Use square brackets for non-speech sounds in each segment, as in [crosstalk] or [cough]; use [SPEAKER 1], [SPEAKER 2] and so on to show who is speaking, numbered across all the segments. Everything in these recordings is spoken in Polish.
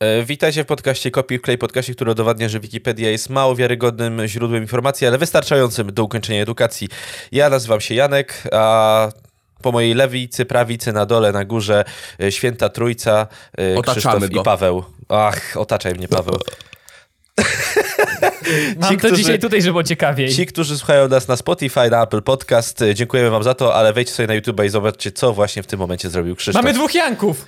[SPEAKER 1] E, Witajcie w podcaście Kopi w Klej, podcaście, który udowadnia, że Wikipedia jest mało wiarygodnym źródłem informacji, ale wystarczającym do ukończenia edukacji. Ja nazywam się Janek, a po mojej lewicy, prawicy, na dole, na górze e, Święta Trójca, e,
[SPEAKER 2] Otaczamy
[SPEAKER 1] Krzysztof
[SPEAKER 2] go.
[SPEAKER 1] i Paweł. Ach, otaczaj mnie Paweł.
[SPEAKER 3] Mam
[SPEAKER 1] Ci,
[SPEAKER 3] to
[SPEAKER 1] którzy-
[SPEAKER 3] dzisiaj tutaj, żeby było ciekawiej.
[SPEAKER 1] Ci, którzy słuchają nas na Spotify, na Apple Podcast, e, dziękujemy wam za to, ale wejdźcie sobie na YouTube i zobaczcie, co właśnie w tym momencie zrobił Krzysztof.
[SPEAKER 3] Mamy dwóch Janków.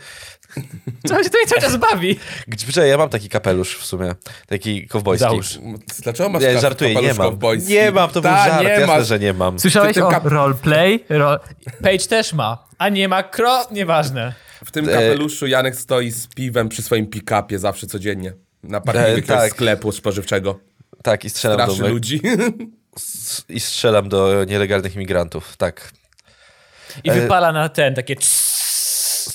[SPEAKER 3] Co się tutaj cały czas bawi?
[SPEAKER 1] Gdzie ja mam taki kapelusz w sumie, taki kowbojski.
[SPEAKER 3] Załóż.
[SPEAKER 2] Dlaczego masz
[SPEAKER 1] Nie,
[SPEAKER 2] kask
[SPEAKER 1] żartuję, nie
[SPEAKER 2] kapeluszka
[SPEAKER 1] mam.
[SPEAKER 2] w boisku?
[SPEAKER 1] Nie mam, to był
[SPEAKER 2] Ta,
[SPEAKER 1] żart,
[SPEAKER 2] nie
[SPEAKER 1] jasne,
[SPEAKER 2] masz.
[SPEAKER 1] że nie mam.
[SPEAKER 2] Ty
[SPEAKER 4] Słyszałeś
[SPEAKER 2] tym
[SPEAKER 4] o
[SPEAKER 2] kap-
[SPEAKER 4] roleplay? Ro...
[SPEAKER 3] Page też ma, a nie ma kro... Nieważne.
[SPEAKER 2] W
[SPEAKER 1] E,
[SPEAKER 2] tym kapeluszu Janek stoi z piwem przy swoim pick-upie zawsze codziennie. Na parkingu
[SPEAKER 1] E,
[SPEAKER 2] jakiegoś
[SPEAKER 1] tak.
[SPEAKER 2] sklepu spożywczego.
[SPEAKER 1] Tak, i strzelam, do,
[SPEAKER 2] Straszy
[SPEAKER 1] [laughs]
[SPEAKER 2] ludzi.
[SPEAKER 1] i strzelam do nielegalnych imigrantów, tak.
[SPEAKER 3] I
[SPEAKER 1] E-
[SPEAKER 3] wypala na ten, takie... cs.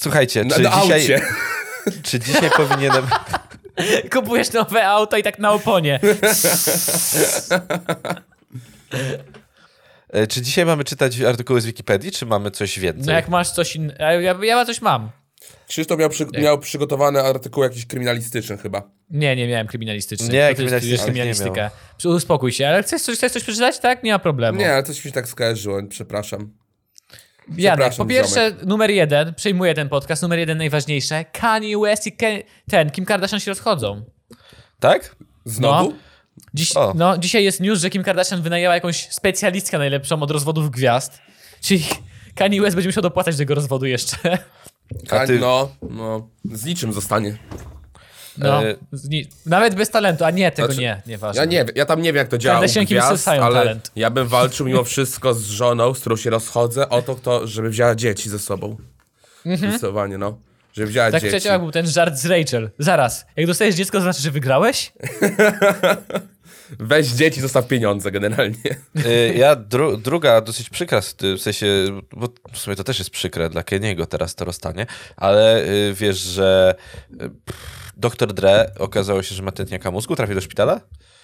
[SPEAKER 1] Słuchajcie,
[SPEAKER 2] Na,
[SPEAKER 1] czy,
[SPEAKER 2] na
[SPEAKER 1] dzisiaj,
[SPEAKER 2] aucie.
[SPEAKER 1] [laughs] czy dzisiaj powinienem...
[SPEAKER 3] Kupujesz nowe auto i tak na oponie.
[SPEAKER 1] e, Czy dzisiaj mamy czytać artykuły z Wikipedii, czy mamy coś więcej?
[SPEAKER 3] No jak masz coś innego... Ja, ja coś mam.
[SPEAKER 2] Krzysztof miał, przy, miał przygotowany artykuł jakiś kryminalistyczny chyba.
[SPEAKER 3] Nie, nie miałem kryminalistycznych. No
[SPEAKER 1] Nie,
[SPEAKER 3] To ty
[SPEAKER 1] kryminalistycznych
[SPEAKER 3] studiujesz
[SPEAKER 1] nie
[SPEAKER 3] kryminalistykę. Przy- Uspokój się, ale chcesz coś, chcesz coś przeczytać? Tak? Nie ma problemu.
[SPEAKER 2] Nie, ale coś mi się tak skojarzyło, przepraszam.
[SPEAKER 3] Janek, po
[SPEAKER 2] przepraszam,
[SPEAKER 3] pierwsze, numer jeden, przejmuję ten podcast, numer jeden najważniejsze. Kanye West i Ke- ten, Kim Kardashian się rozchodzą.
[SPEAKER 1] Tak?
[SPEAKER 2] Znowu?
[SPEAKER 3] No. Dziś,
[SPEAKER 1] O.
[SPEAKER 3] no, dzisiaj jest news, że Kim Kardashian wynajęła jakąś specjalistkę najlepszą od rozwodów gwiazd. Czyli Kanye West będzie musiał dopłacać do tego rozwodu jeszcze.
[SPEAKER 1] A ty-
[SPEAKER 2] no, no. Z niczym zostanie.
[SPEAKER 3] No,
[SPEAKER 1] E.
[SPEAKER 3] zni- Nawet bez talentu, a nie, tego
[SPEAKER 2] Znaczy,
[SPEAKER 3] nie, nieważne.
[SPEAKER 2] Ja nie wiem, ja tam nie wiem jak to działa u
[SPEAKER 3] Kardashianki
[SPEAKER 2] gwiazd,
[SPEAKER 3] wysysają
[SPEAKER 2] ale
[SPEAKER 3] talent.
[SPEAKER 2] ja bym walczył mimo wszystko z żoną, z którą się rozchodzę, o to, kto, żeby wzięła dzieci ze sobą. Zdecydowanie, no. Żeby wzięła
[SPEAKER 3] Tak
[SPEAKER 2] dzieci.
[SPEAKER 3] przecież jak był ten żart z Rachel. Zaraz, jak dostajesz dziecko, to znaczy, że wygrałeś?
[SPEAKER 2] Weź dzieci, zostaw pieniądze generalnie.
[SPEAKER 1] Y, Ja dru, druga dosyć przykra, s- y, w sensie, bo w sumie to też jest przykre dla Keniego teraz to rozstanie, ale y, wiesz, że e, doktor Dre okazało się, że ma tętniaka mózgu, trafi do szpitala?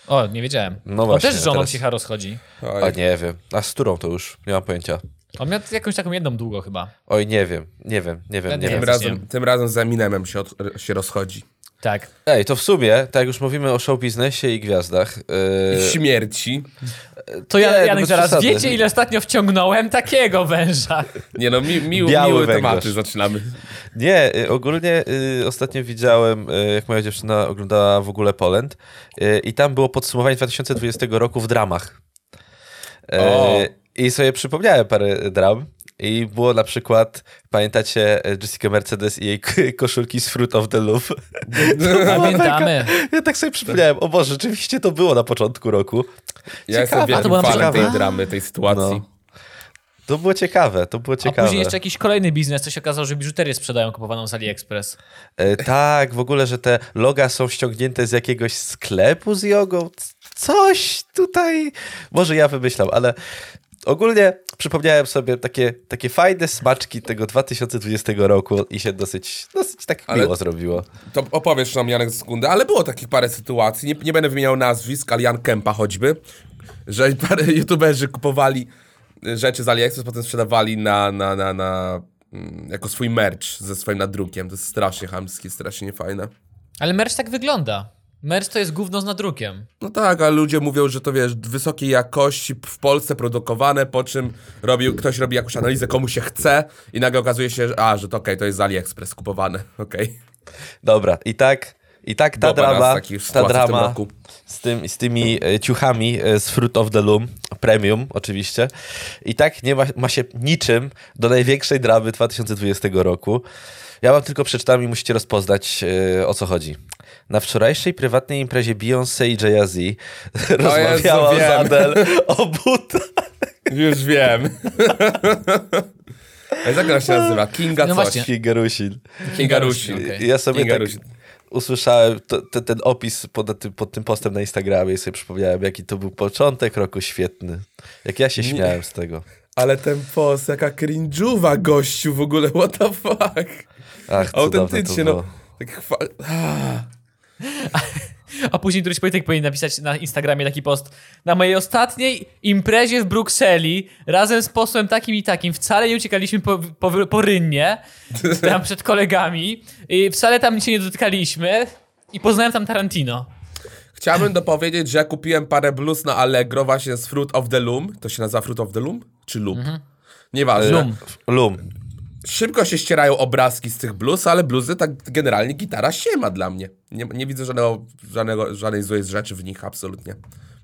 [SPEAKER 3] O, nie wiedziałem.
[SPEAKER 1] No
[SPEAKER 3] On
[SPEAKER 1] właśnie,
[SPEAKER 3] też z żoną
[SPEAKER 1] teraz-
[SPEAKER 3] się chyba rozchodzi.
[SPEAKER 1] A Tak, nie wiem. A z którą to już? Nie mam pojęcia.
[SPEAKER 3] On miał jakąś taką jedną długo chyba.
[SPEAKER 1] Oj, nie wiem, nie wiem, nie wiem,
[SPEAKER 3] Ja
[SPEAKER 1] nie
[SPEAKER 3] nie
[SPEAKER 1] wiem.
[SPEAKER 2] Tym
[SPEAKER 3] coś
[SPEAKER 2] razem,
[SPEAKER 3] nie.
[SPEAKER 2] tym razem z Eminemem się, od, się rozchodzi.
[SPEAKER 3] Tak.
[SPEAKER 1] Ej, to w sumie, tak jak już mówimy o show biznesie i gwiazdach. Yy...
[SPEAKER 2] Śmierci.
[SPEAKER 3] To
[SPEAKER 1] Nie,
[SPEAKER 3] ja,
[SPEAKER 1] no
[SPEAKER 3] Janek
[SPEAKER 1] bez
[SPEAKER 3] zaraz,
[SPEAKER 1] przesady.
[SPEAKER 3] wiecie ile ostatnio wciągnąłem takiego węża?
[SPEAKER 2] Nie no, mi, mi,
[SPEAKER 1] Biały
[SPEAKER 2] miłe
[SPEAKER 1] węgorz.
[SPEAKER 2] tematy zaczynamy.
[SPEAKER 1] Nie, y, ogólnie y, ostatnio widziałem, y, jak moja dziewczyna oglądała w ogóle Poland y, i tam było podsumowanie 2020 roku w dramach. Y,
[SPEAKER 2] O.
[SPEAKER 1] I sobie przypomniałem parę dram i było na przykład, pamiętacie y, Jessica Mercedes i jej k- koszulki z Fruit of the Loop?
[SPEAKER 2] [laughs]
[SPEAKER 3] Pamiętamy.
[SPEAKER 1] Ja tak sobie przypomniałem, o Boże, rzeczywiście to było na początku roku. Ciekawe.
[SPEAKER 2] Ja jestem
[SPEAKER 1] A to
[SPEAKER 2] wielkim
[SPEAKER 1] była
[SPEAKER 2] fanem
[SPEAKER 1] ciekawa.
[SPEAKER 2] tej dramy, tej sytuacji.
[SPEAKER 1] No. To było ciekawe, to było
[SPEAKER 3] A
[SPEAKER 1] ciekawe.
[SPEAKER 3] później jeszcze jakiś kolejny biznes, to się okazało, że biżuterię sprzedają kupowaną z AliExpress.
[SPEAKER 1] E, tak, w ogóle, że te loga są ściągnięte z jakiegoś sklepu z jogą. C- Coś tutaj. Może ja wymyślam, ale ogólnie przypomniałem sobie takie, takie fajne smaczki tego 2020 roku i się dosyć, dosyć tak
[SPEAKER 2] Ale-
[SPEAKER 1] miło zrobiło.
[SPEAKER 2] To opowiesz nam, Janek, za sekundę, ale było takich parę sytuacji, nie, nie będę wymieniał nazwisk, ale Jan Kępa choćby, że [laughs] parę youtuberzy kupowali y, rzeczy z AliExpress, potem sprzedawali na, na, na, na mm, jako swój merch ze swoim nadrukiem. To jest strasznie chamskie, strasznie niefajne.
[SPEAKER 3] Ale merch tak wygląda. Merch to jest gówno z nadrukiem.
[SPEAKER 2] No tak, ale ludzie mówią, że to wiesz, wysokiej jakości w Polsce produkowane, po czym robił, ktoś robi jakąś analizę, komu się chce i nagle okazuje się, że, a, że to okej, to jest z AliExpress kupowane, [laughs] okej.
[SPEAKER 1] Dobra, i tak, i tak ta
[SPEAKER 2] Była parę
[SPEAKER 1] drama,
[SPEAKER 2] takich
[SPEAKER 1] ta
[SPEAKER 2] sytuacji w tym
[SPEAKER 1] drama
[SPEAKER 2] roku.
[SPEAKER 1] z, tym, z tymi e, ciuchami e, z Fruit of the Loom, premium oczywiście, i tak nie ma, ma się niczym do największej dramy 2020 roku. Ja wam tylko przeczytam i musicie rozpoznać, e, o co chodzi. Na wczorajszej prywatnej imprezie Beyoncé i Jay-Z [laughs] rozmawiała
[SPEAKER 2] wiem.
[SPEAKER 1] z Adele o butach.
[SPEAKER 2] Już wiem. [laughs] A jak ona się nazywa? Kinga
[SPEAKER 3] No
[SPEAKER 2] coś.
[SPEAKER 3] właśnie.
[SPEAKER 1] Kinga Rusin.
[SPEAKER 2] Kinga Rusin.
[SPEAKER 3] Okej.
[SPEAKER 1] Ja sobie
[SPEAKER 2] Kinga
[SPEAKER 1] tak
[SPEAKER 2] Rusin.
[SPEAKER 1] usłyszałem to, te, ten opis pod tym, pod tym postem na Instagramie i sobie przypomniałem, jaki to był początek roku świetny. Jak ja się śmiałem z tego.
[SPEAKER 2] Ale ten post, jaka cringe'owa gościu w ogóle, what the fuck. no.
[SPEAKER 1] Ach, cudowne to
[SPEAKER 2] Autentycznie,
[SPEAKER 1] było.
[SPEAKER 2] no. Tak chwa... Ah.
[SPEAKER 3] A później któryś polityk powinien napisać na Instagramie taki post. Na mojej ostatniej imprezie w Brukseli razem z posłem takim i takim wcale nie uciekaliśmy po, po, porynnie
[SPEAKER 2] [laughs]
[SPEAKER 3] tam przed kolegami. I wcale tam się nie dotykaliśmy. I poznałem tam Tarantino.
[SPEAKER 2] Chciałbym dopowiedzieć, że kupiłem parę bluz na Allegro właśnie z Fruit of the Loom. To się nazywa Fruit of the Loom? Czy Loom? Nieważne.
[SPEAKER 3] Lum.
[SPEAKER 1] Lum.
[SPEAKER 2] Szybko się ścierają obrazki z tych bluz, ale bluzy tak generalnie gitara się ma dla mnie. Nie, nie widzę żadnego, żadnego, żadnej złej rzeczy w nich absolutnie.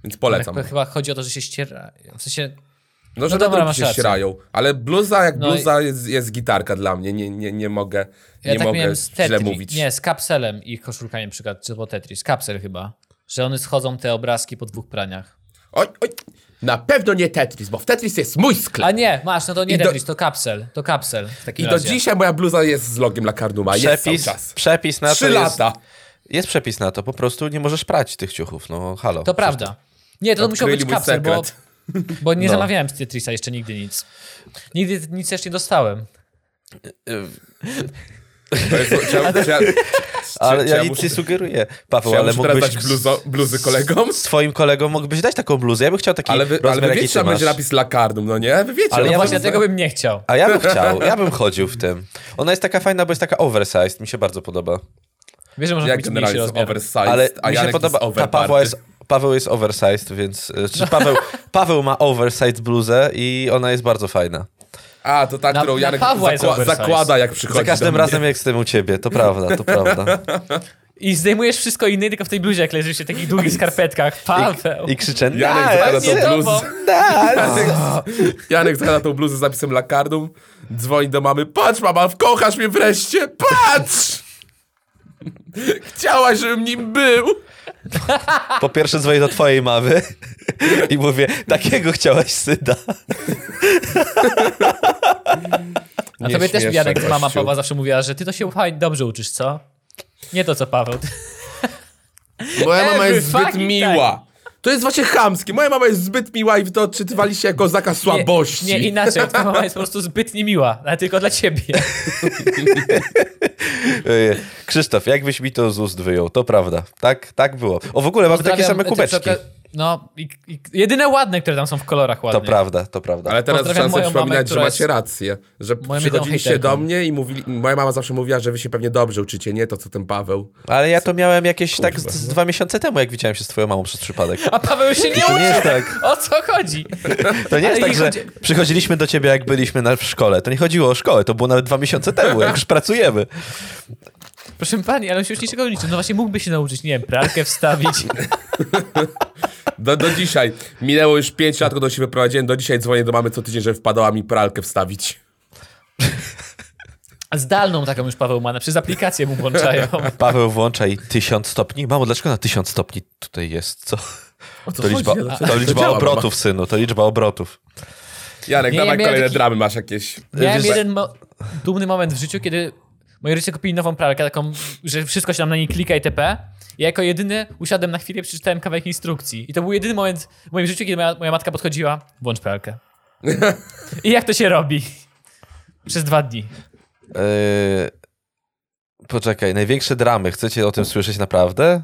[SPEAKER 2] Więc polecam.
[SPEAKER 3] Chyba- Tak Chyba chodzi o to, że się ściera. W sensie
[SPEAKER 2] No, że
[SPEAKER 3] No
[SPEAKER 2] te
[SPEAKER 3] dobra,
[SPEAKER 2] drugi
[SPEAKER 3] masz
[SPEAKER 2] się
[SPEAKER 3] rację.
[SPEAKER 2] ścierają. Ale bluza jak
[SPEAKER 3] No i-
[SPEAKER 2] bluza jest, jest gitarka dla mnie. Nie, nie, nie mogę,
[SPEAKER 3] Ja
[SPEAKER 2] nie
[SPEAKER 3] tak
[SPEAKER 2] mogę
[SPEAKER 3] miałem z Tetris.
[SPEAKER 2] źle mówić.
[SPEAKER 3] Nie, z kapselem i koszulkami przykład, czy po Tetris. Kapsel chyba. Że one schodzą te obrazki po dwóch praniach.
[SPEAKER 2] Oj, oj. Na pewno nie Tetris, bo w Tetris jest mój sklep.
[SPEAKER 3] A nie, masz, no to nie
[SPEAKER 2] I do-
[SPEAKER 3] Tetris, to kapsel. To kapsel. W
[SPEAKER 2] I
[SPEAKER 3] takim
[SPEAKER 2] do
[SPEAKER 3] razie.
[SPEAKER 2] dzisiaj moja bluza jest z logiem Lakarnuma. Jest cały
[SPEAKER 1] Przepis,
[SPEAKER 2] czas.
[SPEAKER 1] przepis na
[SPEAKER 2] Trzy
[SPEAKER 1] to jest,
[SPEAKER 2] lata.
[SPEAKER 1] jest przepis na to, po prostu nie możesz prać tych ciuchów, no halo.
[SPEAKER 3] To prawda. Nie, to musiał
[SPEAKER 2] Odkryli
[SPEAKER 3] być
[SPEAKER 2] mój
[SPEAKER 3] kapsel, bo,
[SPEAKER 2] sekret.
[SPEAKER 3] [laughs] bo nie
[SPEAKER 1] No.
[SPEAKER 3] zamawiałem z Tetrisa jeszcze nigdy nic. Nigdy nic jeszcze nie dostałem.
[SPEAKER 2] To [laughs] jest- czy ja- czy ja-
[SPEAKER 1] Ale
[SPEAKER 2] czy ja
[SPEAKER 1] ja nic
[SPEAKER 2] muszę-
[SPEAKER 1] nie sugeruję, Paweł,
[SPEAKER 2] Czy ja
[SPEAKER 1] ale
[SPEAKER 2] muszę teraz
[SPEAKER 1] mógłbyś...
[SPEAKER 2] dać bluzo, bluzy kolegom?
[SPEAKER 1] Z twoim kolegą mógłbyś dać taką bluzę, ja bym chciał taki
[SPEAKER 2] Ale wy, ale
[SPEAKER 1] rozmiar,
[SPEAKER 2] wy
[SPEAKER 1] jaki
[SPEAKER 2] wiecie,
[SPEAKER 1] ty
[SPEAKER 2] że tam
[SPEAKER 1] masz.
[SPEAKER 2] będzie napis Lakarnum, no nie? Wy wiecie.
[SPEAKER 1] Ale
[SPEAKER 2] no
[SPEAKER 3] No
[SPEAKER 1] ja
[SPEAKER 2] to-
[SPEAKER 3] właśnie dlatego bym nie chciał.
[SPEAKER 1] A ja bym chciał, ja bym chodził w tym. Ona jest taka fajna, bo jest taka oversized, mi się bardzo podoba.
[SPEAKER 3] Wiesz, że może
[SPEAKER 2] Ja
[SPEAKER 3] być mniejszy
[SPEAKER 2] generalnie jestem
[SPEAKER 3] rozmiar.
[SPEAKER 2] oversized,
[SPEAKER 1] Ale
[SPEAKER 2] a
[SPEAKER 1] mi
[SPEAKER 2] Janek
[SPEAKER 1] się podoba,
[SPEAKER 2] jest
[SPEAKER 1] ta Paweł
[SPEAKER 2] overparty. No.
[SPEAKER 1] jest, Paweł jest oversized, więc... e, Czy Paweł, Paweł ma oversized bluzę i ona jest bardzo fajna.
[SPEAKER 2] A, to ta,
[SPEAKER 3] Na-
[SPEAKER 2] którą
[SPEAKER 3] na
[SPEAKER 2] Janek
[SPEAKER 3] Pawła jest
[SPEAKER 2] zakła,
[SPEAKER 3] oversized.
[SPEAKER 2] zakłada, jak przychodzi
[SPEAKER 1] Za każdym
[SPEAKER 2] do mnie.
[SPEAKER 1] razem jak jestem u ciebie, to prawda, to prawda.
[SPEAKER 3] I zdejmujesz wszystko inne, tylko w tej bluzie, jak leżysz się w takich
[SPEAKER 2] [laughs]
[SPEAKER 3] długich skarpetkach. Paweł.
[SPEAKER 1] I krzyczę,
[SPEAKER 2] Janek
[SPEAKER 1] nice,
[SPEAKER 2] zakłada
[SPEAKER 3] właśnie
[SPEAKER 2] tą
[SPEAKER 3] to,
[SPEAKER 2] bluzę.
[SPEAKER 1] tak!"
[SPEAKER 2] Janek, [laughs] Janek zakłada tą bluzę z napisem Lakardum, dzwoni do mamy, patrz mama, kochasz mnie wreszcie, patrz! Chciałaś, żebym nim był!
[SPEAKER 1] Po pierwsze dzwonię do twojej mamy i mówię, takiego chciałaś syna.
[SPEAKER 3] A tobie też,
[SPEAKER 2] śmieszne,
[SPEAKER 3] Janek, mama
[SPEAKER 2] gościu.
[SPEAKER 3] Pawła zawsze mówiła, że ty to się fajnie dobrze uczysz, co? Nie to, co Paweł.
[SPEAKER 2] Moja mama jest
[SPEAKER 3] Every
[SPEAKER 2] zbyt
[SPEAKER 3] fucking
[SPEAKER 2] miła. To jest właśnie chamskie. Moja mama jest zbyt miła i wy to odczytywali się jako zaka słabości.
[SPEAKER 3] Nie, nie inaczej. Twoja mama jest po prostu zbyt niemiła, ale tylko dla ciebie.
[SPEAKER 1] Ojej. E, Krzysztof, jakbyś mi to z ust wyjął, to prawda. Tak, tak było. O, w ogóle mamy takie
[SPEAKER 3] Pozdrawiam,
[SPEAKER 1] same
[SPEAKER 3] ty,
[SPEAKER 1] kubeczki.
[SPEAKER 3] przy okaz- No, i, i jedyne ładne, które tam są w kolorach
[SPEAKER 1] To
[SPEAKER 3] ładnych.
[SPEAKER 1] prawda, to prawda.
[SPEAKER 2] Ale teraz
[SPEAKER 3] Pozdrawiam
[SPEAKER 2] trzeba sobie
[SPEAKER 3] moją mamę,
[SPEAKER 2] przypominać, że
[SPEAKER 3] która
[SPEAKER 2] macie
[SPEAKER 3] jest
[SPEAKER 2] rację. Że
[SPEAKER 3] moją
[SPEAKER 2] przychodziliście
[SPEAKER 3] jedną
[SPEAKER 2] do
[SPEAKER 3] hejterką.
[SPEAKER 2] mnie i mówili... Moja mama zawsze mówiła, że wy się pewnie dobrze uczycie, nie to, co ten Paweł.
[SPEAKER 1] Ale ja to miałem jakieś tak z, z dwa miesiące temu, jak widziałem się z twoją mamą przez przypadek.
[SPEAKER 3] A Paweł się nie
[SPEAKER 1] To nie
[SPEAKER 3] uczy.
[SPEAKER 1] jest tak,
[SPEAKER 3] O co chodzi?
[SPEAKER 1] to nie jest
[SPEAKER 3] Ale
[SPEAKER 1] tak
[SPEAKER 3] i
[SPEAKER 1] że
[SPEAKER 3] chodzi-
[SPEAKER 1] przychodziliśmy do ciebie, jak byliśmy na, w szkole. To nie chodziło o szkołę, to było nawet dwa miesiące temu, jak już pracujemy.
[SPEAKER 3] Proszę pani, ale on się już niczego nie liczy. No właśnie mógłby się nauczyć, nie wiem, pralkę
[SPEAKER 1] [laughs]
[SPEAKER 3] wstawić.
[SPEAKER 2] Do, do dzisiaj. Minęło już 5 lat, kiedy się wyprowadziłem. Do dzisiaj dzwonię do mamy co tydzień, żeby wpadała mi pralkę wstawić.
[SPEAKER 3] A Zdalną taką już Paweł ma, na przez aplikację mu włączają.
[SPEAKER 1] Paweł włącza i 1000 stopni. Mamo, dlaczego na 1000 stopni tutaj jest? Co? To
[SPEAKER 2] chodzi?
[SPEAKER 1] liczba,
[SPEAKER 2] Ja dlaczego-
[SPEAKER 1] to
[SPEAKER 2] to
[SPEAKER 1] liczba
[SPEAKER 2] działa,
[SPEAKER 1] obrotów, synu, to liczba obrotów.
[SPEAKER 2] Janek,
[SPEAKER 3] Nie, ja
[SPEAKER 2] dawaj
[SPEAKER 3] miałem
[SPEAKER 2] kolejne
[SPEAKER 3] taki-
[SPEAKER 2] dramy, masz jakieś.
[SPEAKER 3] Miałem
[SPEAKER 1] Wiesz-
[SPEAKER 3] jeden mo- dumny moment w życiu, kiedy moi rodzice kupili nową pralkę, taką, że wszystko się tam na niej klika itp. Ja jako jedyny usiadłem na chwilę i przeczytałem kawałek instrukcji. I to był jedyny moment w moim życiu, kiedy moja, moja matka podchodziła, włącz
[SPEAKER 1] [laughs]
[SPEAKER 3] pralkę. I jak to się robi? Przez dwa dni.
[SPEAKER 1] Eee, poczekaj, największe dramy. Chcecie o tym słyszeć naprawdę?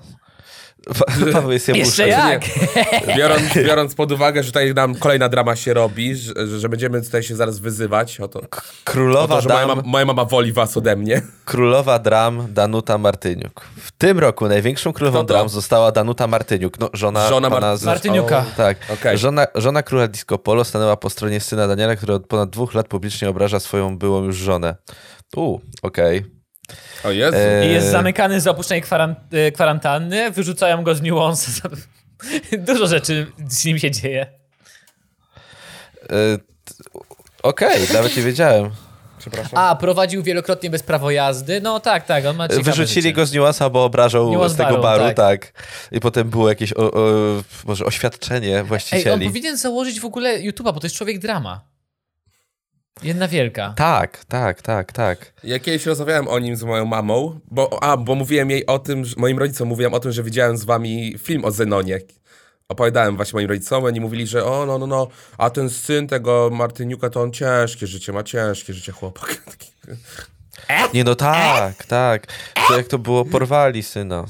[SPEAKER 1] Pa- Paweł jest
[SPEAKER 3] Jeszcze
[SPEAKER 1] jabłuszem.
[SPEAKER 3] jak?
[SPEAKER 2] Biorąc, biorąc pod uwagę, że tutaj nam kolejna drama się robi, że, że będziemy tutaj się zaraz wyzywać o to, o
[SPEAKER 1] Królowa,
[SPEAKER 2] to że moja,
[SPEAKER 1] dam,
[SPEAKER 2] mam, moja mama woli was ode mnie.
[SPEAKER 1] królowa dram Danuta Martyniuk. W tym roku największą królową
[SPEAKER 2] Kto to?
[SPEAKER 1] dram została Danuta Martyniuk. No, żona
[SPEAKER 2] Żona Mar-
[SPEAKER 1] pana z-
[SPEAKER 3] Martyniuka.
[SPEAKER 1] O, tak.
[SPEAKER 2] Okej.
[SPEAKER 1] Żona, żona króla Disco Polo stanęła po stronie syna Daniela, który od ponad dwóch lat publicznie obraża swoją byłą już żonę. U, okej.
[SPEAKER 2] O Jezu.
[SPEAKER 1] Eee,
[SPEAKER 3] I jest zamykany za opuszczenie kwaran- y, kwarantanny, wyrzucają go z Nuance. [laughs] Dużo rzeczy z nim się dzieje.
[SPEAKER 1] e, t- Okej, nawet nie
[SPEAKER 2] [laughs]
[SPEAKER 1] wiedziałem. Tak.
[SPEAKER 2] Przepraszam.
[SPEAKER 3] A, prowadził wielokrotnie bez prawo jazdy. No tak, tak, on ma ciekawe
[SPEAKER 1] Wyrzucili
[SPEAKER 3] życie.
[SPEAKER 1] go z niuansa, bo obrażał
[SPEAKER 3] Niuans
[SPEAKER 1] z tego
[SPEAKER 3] baru,
[SPEAKER 1] baru,
[SPEAKER 3] tak.
[SPEAKER 1] tak. I potem było jakieś o, o, może oświadczenie
[SPEAKER 3] Ej, on
[SPEAKER 1] właścicieli.
[SPEAKER 3] powinien założyć w ogóle YouTube'a, bo to jest człowiek drama. Jedna wielka.
[SPEAKER 1] Tak, tak, tak, tak.
[SPEAKER 2] Ja kiedyś rozmawiałem o nim z moją mamą, bo, a, bo mówiłem jej o tym, że, moim rodzicom mówiłem o tym, że widziałem z wami film o Zenonie. Opowiadałem właśnie moim rodzicom, oni mówili, że o, no, no, no, a ten syn tego Martyniuka to on ciężkie życie, ma ciężkie życie chłopak. [laughs] Taki-
[SPEAKER 3] E?
[SPEAKER 1] Nie no tak, tak. To jak to było, porwali syna.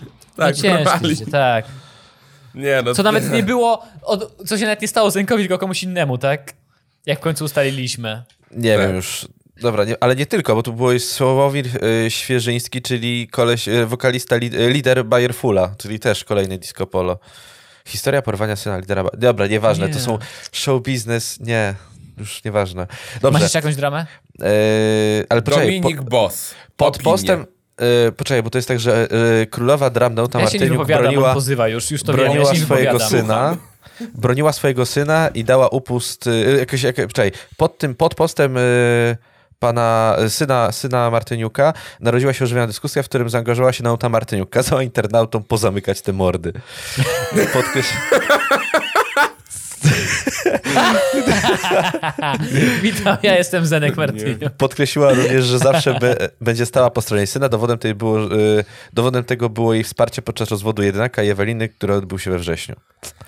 [SPEAKER 3] No
[SPEAKER 2] Tak,
[SPEAKER 3] ciężki,
[SPEAKER 2] porwali.
[SPEAKER 3] życie, tak.
[SPEAKER 2] Nie, no,
[SPEAKER 3] Co nawet nie było, od, co się nawet nie stało Zenkowi, tylko komuś innemu, tak? Jak w końcu ustaliliśmy.
[SPEAKER 1] Nie
[SPEAKER 2] Tak.
[SPEAKER 1] wiem już. Dobra, nie, ale nie tylko, bo tu było jeszcze Sławomir y, Świeżyński, czyli koleś, y, wokalista, li, y, lider Bayerfula, czyli też kolejny disco polo. Historia porwania syna lidera... Ba- Dobra, nieważne, to
[SPEAKER 3] Nie.
[SPEAKER 1] są show business, nie, już nieważne.
[SPEAKER 3] Masz
[SPEAKER 1] Dobrze,
[SPEAKER 3] jeszcze jakąś dramę?
[SPEAKER 1] y, ale poczekaj, po,
[SPEAKER 2] Dominik Boss.
[SPEAKER 1] pod
[SPEAKER 2] Opinie.
[SPEAKER 1] postem... Y, poczekaj, bo to jest tak, że y, królowa Dramnauta
[SPEAKER 3] Ja się nie
[SPEAKER 1] Martyniuk
[SPEAKER 3] wypowiadam, on
[SPEAKER 1] broniła,
[SPEAKER 3] pozywa już, już to wiem, ja
[SPEAKER 1] broniła
[SPEAKER 3] się nie
[SPEAKER 1] swojego
[SPEAKER 3] wypowiadam.
[SPEAKER 1] syna. Broniła swojego syna i dała upust. y, Jakoś, jak, czekaj, pod tym pod postem y, pana y, syna, syna Martyniuka narodziła się ożywiona dyskusja, w którym zaangażowała się nauta Martyniuk. Kazała internautom pozamykać te mordy. [laughs] Podkreś...
[SPEAKER 3] [laughs] Witam, ja jestem Zenek Martyniuk.
[SPEAKER 1] Podkreśliła również, że zawsze be, będzie stała po stronie syna. Dowodem, tej było, y, dowodem tego było jej wsparcie podczas rozwodu jedynaka i Eweliny, który odbył się we wrześniu.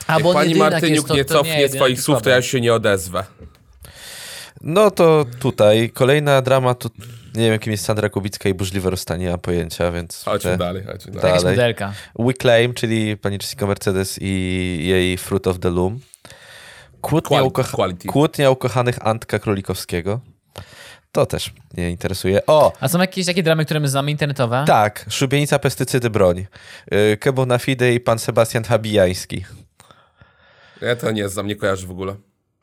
[SPEAKER 3] A
[SPEAKER 2] Jak
[SPEAKER 3] bo
[SPEAKER 2] pani
[SPEAKER 3] jedynak
[SPEAKER 2] Martyniuk
[SPEAKER 3] jest, to,
[SPEAKER 2] nie
[SPEAKER 3] to
[SPEAKER 2] cofnie
[SPEAKER 3] jedynak
[SPEAKER 2] swoich
[SPEAKER 3] jest
[SPEAKER 2] słów, to
[SPEAKER 3] słaby.
[SPEAKER 2] ja się nie odezwę.
[SPEAKER 1] No to tutaj kolejna drama, to nie wiem kim jest Sandra Kubicka i burzliwe rozstanie, nie mam pojęcia, więc...
[SPEAKER 2] Chodźmy
[SPEAKER 1] te-
[SPEAKER 2] dalej, chodźmy dalej.
[SPEAKER 3] Tak jest
[SPEAKER 1] dalej.
[SPEAKER 3] modelka.
[SPEAKER 1] We Claim, czyli pani Jessica Mercedes i jej Fruit of the Loom. Kłótnia,
[SPEAKER 2] Quali-
[SPEAKER 1] ukocha-
[SPEAKER 2] quality.
[SPEAKER 1] kłótnia ukochanych Antka Królikowskiego. To też mnie interesuje. O,
[SPEAKER 3] A są jakieś takie dramy, które my znamy internetowe?
[SPEAKER 1] tak, szubienica, pestycydy, broń. Yy, Kebo na Fide i pan Sebastian Habijański.
[SPEAKER 2] Ja to nie znam, nie kojarzę w ogóle.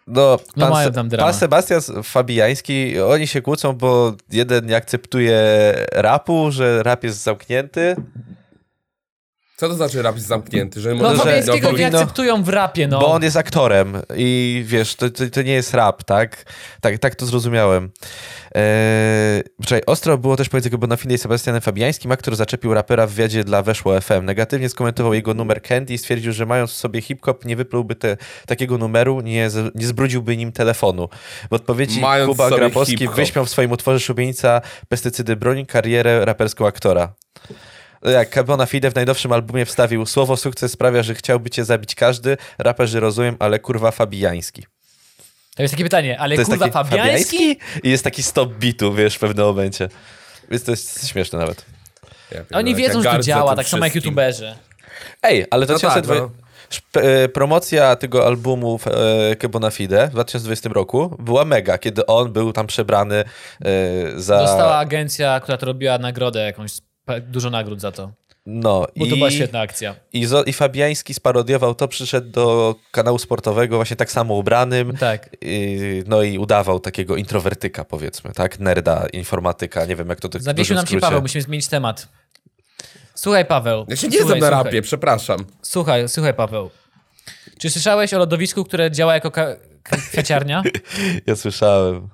[SPEAKER 1] No, pan,
[SPEAKER 3] No mają
[SPEAKER 1] Se-
[SPEAKER 3] tam dramę.
[SPEAKER 1] pan Sebastian Fabijański, oni się kłócą, bo jeden nie akceptuje rapu, że rap jest zamknięty.
[SPEAKER 2] Co to znaczy rap jest zamknięty? Że
[SPEAKER 3] No
[SPEAKER 2] może-
[SPEAKER 3] Fabiańskiego nie
[SPEAKER 1] powinno-
[SPEAKER 3] akceptują w rapie, no.
[SPEAKER 1] Bo on jest aktorem i wiesz, to, to, to nie jest rap, tak? Tak, tak to zrozumiałem. Eee, wczoraj ostro było też powiedzenie Bonafide i Sebastianem Fabiańskim, aktor zaczepił rapera w wywiadzie dla Weszło FM. Negatywnie skomentował jego numer Candy i stwierdził, że mając w sobie hip-hop nie wyplułby te, takiego numeru, nie, z, nie zbrudziłby nim telefonu. W odpowiedzi
[SPEAKER 2] Mając w
[SPEAKER 1] Kuba
[SPEAKER 2] sobie
[SPEAKER 1] Grabowski
[SPEAKER 2] hip-hop.
[SPEAKER 1] wyśmiał w swoim utworze Szubienica pestycydy broń, karierę raperską aktora. Jak Cabona Fide w najnowszym albumie wstawił słowo sukces sprawia, że chciałby cię zabić każdy, raperzy rozumiem, ale kurwa Fabijański.
[SPEAKER 3] To jest takie pytanie, ale
[SPEAKER 1] To jest
[SPEAKER 3] kurwa
[SPEAKER 1] taki
[SPEAKER 3] Fabiański?
[SPEAKER 1] I jest taki stop bitu, wiesz, w pewnym momencie. Więc to jest śmieszne nawet.
[SPEAKER 2] Ja pierdolę,
[SPEAKER 3] Oni
[SPEAKER 2] jak
[SPEAKER 3] wiedzą, że to
[SPEAKER 2] gardzę
[SPEAKER 3] działa,
[SPEAKER 2] tym
[SPEAKER 3] tak samo jak
[SPEAKER 2] wszystkim.
[SPEAKER 3] youtuberzy.
[SPEAKER 1] Ej, ale
[SPEAKER 2] No
[SPEAKER 1] 2020...
[SPEAKER 2] tak,
[SPEAKER 1] szp- e, Promocja tego albumu w, e, Cabona Fide w 2020 roku była mega, kiedy on był tam przebrany e, za...
[SPEAKER 2] Tak.
[SPEAKER 3] Dostała agencja, która to robiła nagrodę jakąś, pe- dużo nagród za to.
[SPEAKER 1] No
[SPEAKER 3] Bo
[SPEAKER 1] i...
[SPEAKER 3] to była świetna akcja.
[SPEAKER 1] I, Zo- I Fabiański sparodiował to, przyszedł do kanału sportowego właśnie tak samo ubranym.
[SPEAKER 3] Tak.
[SPEAKER 1] I- no i udawał takiego introwertyka, powiedzmy, tak? Nerda, informatyka, nie wiem jak to tak w
[SPEAKER 3] Zawiesił
[SPEAKER 1] dużym
[SPEAKER 3] nam się
[SPEAKER 1] skrócie.
[SPEAKER 3] Paweł, musimy zmienić temat. Słuchaj Paweł.
[SPEAKER 2] Ja się nie
[SPEAKER 3] słuchaj,
[SPEAKER 2] znam na
[SPEAKER 3] słuchaj.
[SPEAKER 2] rapie, przepraszam.
[SPEAKER 3] Słuchaj, słuchaj Paweł. Czy słyszałeś o lodowisku, które działa jako ka- k- kwiaciarnia?
[SPEAKER 1] Ja słyszałem.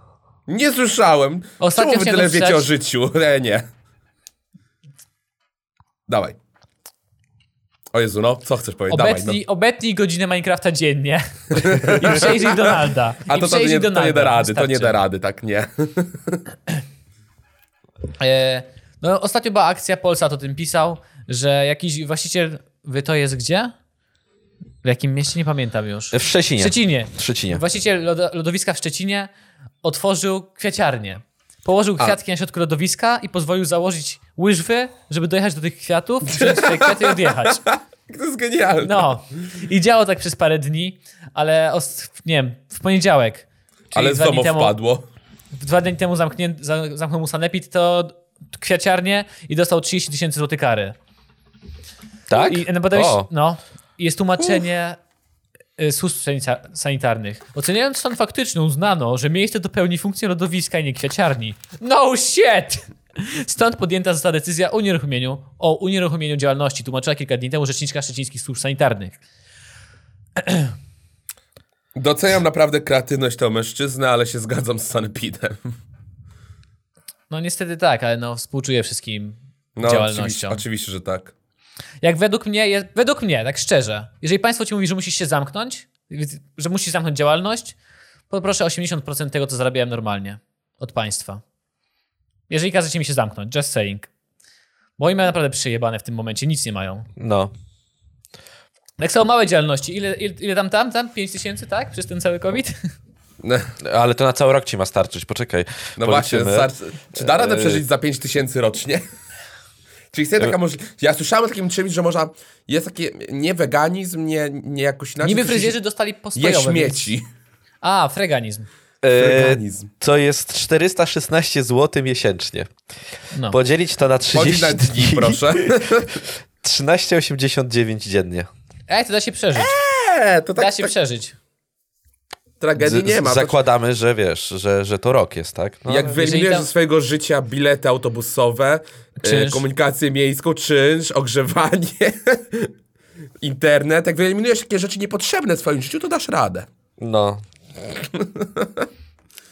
[SPEAKER 2] Nie słyszałem.
[SPEAKER 3] Ostatnio
[SPEAKER 2] Czemu wy
[SPEAKER 3] chciałem
[SPEAKER 2] tyle wiecie
[SPEAKER 3] dosłyszeć-
[SPEAKER 2] o życiu? [laughs] Nie, nie. Dawaj. O Jezu, no, co chcesz powiedzieć? [laughs] Dawaj,
[SPEAKER 3] Obetnij, obetnij godzinę Minecrafta dziennie [laughs] i przejrzyj Donalda.
[SPEAKER 2] no. A
[SPEAKER 3] I
[SPEAKER 2] to, to,
[SPEAKER 3] przejrzyj
[SPEAKER 2] nie, to nie da
[SPEAKER 3] Donalda.
[SPEAKER 2] rady, to nie da
[SPEAKER 3] Wystarczy.
[SPEAKER 2] rady, tak nie. [laughs]
[SPEAKER 3] E, no ostatnio była akcja, Polsat o tym pisał, że jakiś właściciel, wy to jest gdzie? W jakim mieście? Nie pamiętam już.
[SPEAKER 1] W Szczecinie.
[SPEAKER 3] W Szczecinie.
[SPEAKER 1] W Szczecinie.
[SPEAKER 3] Właściciel lodo, lodowiska w Szczecinie otworzył kwiaciarnię. Położył kwiatki na środku lodowiska i pozwolił założyć łyżwy, żeby dojechać do tych kwiatów, wziąć te kwiaty i odjechać.
[SPEAKER 2] To jest genialne.
[SPEAKER 3] No. I działo tak przez parę dni, ale os, nie wiem, w poniedziałek. czyli
[SPEAKER 2] Ale z
[SPEAKER 3] dwa dni
[SPEAKER 2] domu
[SPEAKER 3] temu-
[SPEAKER 2] wpadło.
[SPEAKER 3] dwa dni temu zamknię, za- zamknął mu sanepid, to kwiaciarnię i dostał 30 000 tysięcy złotych kary.
[SPEAKER 1] Tak?
[SPEAKER 3] I NBD
[SPEAKER 1] O,
[SPEAKER 3] no, i jest tłumaczenie y, służb sanita- sanitarnych. Oceniając stan faktyczny, uznano, że miejsce to pełni funkcję lodowiska i nie kwiaciarni. No shit! Stąd podjęta została decyzja o unieruchomieniu, o unieruchomieniu działalności, tłumaczyła kilka dni temu rzeczniczka szczecińskich służb sanitarnych.
[SPEAKER 2] Doceniam naprawdę kreatywność tego mężczyzny, ale się zgadzam z Sanepidem.
[SPEAKER 3] No niestety tak, ale no współczuję wszystkim
[SPEAKER 2] No, oczywiście,
[SPEAKER 3] działalnościom.
[SPEAKER 2] oczywiście, że tak. [laughs]
[SPEAKER 3] Jak według mnie, jest, według mnie, tak szczerze, jeżeli państwo ci mówi, że musisz się zamknąć, że musisz zamknąć działalność, poproszę 80% tego, co zarabiałem normalnie od państwa. Jeżeli każecie mi się zamknąć, just saying. Bo oni mają naprawdę przyjebane w tym momencie, nic nie mają.
[SPEAKER 1] No.
[SPEAKER 3] Tak samo małe działalności. Ile, ile, ile tam, tam, tam? 5 tysięcy, tak? Przez ten cały COVID?
[SPEAKER 2] No,
[SPEAKER 1] Ale to na cały rok ci ma starczyć, poczekaj.
[SPEAKER 2] no właśnie,
[SPEAKER 1] Policzymy. E,
[SPEAKER 2] zar- czy da radę przeżyć za 5 tysięcy rocznie? [laughs] Czyli istnieje taka możliwość. Ja słyszałem o takim czymś, że można. Jest takie. Nie weganizm, nie, nie jakoś inaczej.
[SPEAKER 3] Niby
[SPEAKER 2] coś-
[SPEAKER 3] fryzjerzy dostali
[SPEAKER 2] Je
[SPEAKER 3] postojowe. więc-
[SPEAKER 2] śmieci.
[SPEAKER 3] A, freganizm.
[SPEAKER 1] E,
[SPEAKER 2] Weganizm.
[SPEAKER 1] co jest 416 zł miesięcznie.
[SPEAKER 3] No.
[SPEAKER 1] Podzielić to na
[SPEAKER 2] Chodzi
[SPEAKER 1] 30
[SPEAKER 2] na dni,
[SPEAKER 1] [laughs]
[SPEAKER 2] proszę.
[SPEAKER 1] 13,89 dziennie.
[SPEAKER 3] Ej, to da się przeżyć.
[SPEAKER 2] Nie, to
[SPEAKER 3] Da
[SPEAKER 2] tak,
[SPEAKER 3] się
[SPEAKER 2] tak
[SPEAKER 3] przeżyć.
[SPEAKER 2] tragedii
[SPEAKER 1] Z-
[SPEAKER 2] nie ma.
[SPEAKER 1] Zakładamy, że wiesz, że, że to rok jest, tak? No,
[SPEAKER 2] Jak wyeliminujesz
[SPEAKER 3] tam-
[SPEAKER 2] ze swojego życia bilety autobusowe, e,
[SPEAKER 3] Czynsz.
[SPEAKER 2] komunikację miejską, czynsz, ogrzewanie, [laughs] internet, jak wyeliminujesz takie rzeczy niepotrzebne w swoim życiu, to dasz radę.
[SPEAKER 3] [laughs]
[SPEAKER 1] no.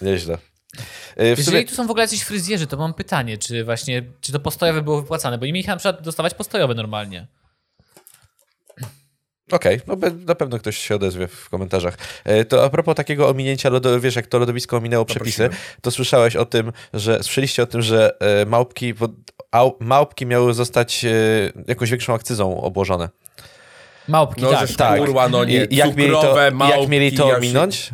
[SPEAKER 1] Nieźle. E, W sumie,
[SPEAKER 3] Jeżeli tu są w ogóle jacyś fryzjerzy, to mam pytanie, czy właśnie, czy to postojowe było wypłacane, bo nie mieli na przykład dostawać postojowe normalnie.
[SPEAKER 1] Okej, no be- na pewno ktoś się odezwie w komentarzach. E, To a propos takiego ominięcia, lodo, wiesz, jak to lodowisko ominęło przepisy, to słyszałeś o tym, że słyszeliście o tym, że e, małpki, pod- au- małpki miały zostać e, jakąś większą akcyzą obłożone.
[SPEAKER 3] Małpki,
[SPEAKER 2] No,
[SPEAKER 3] tak.
[SPEAKER 2] żeż
[SPEAKER 1] tak.
[SPEAKER 2] kurwa, no nie,
[SPEAKER 1] I jak mieli to,
[SPEAKER 2] cukrowe
[SPEAKER 1] jak mieli
[SPEAKER 2] małpki,
[SPEAKER 1] to
[SPEAKER 2] ja się-
[SPEAKER 1] ominąć?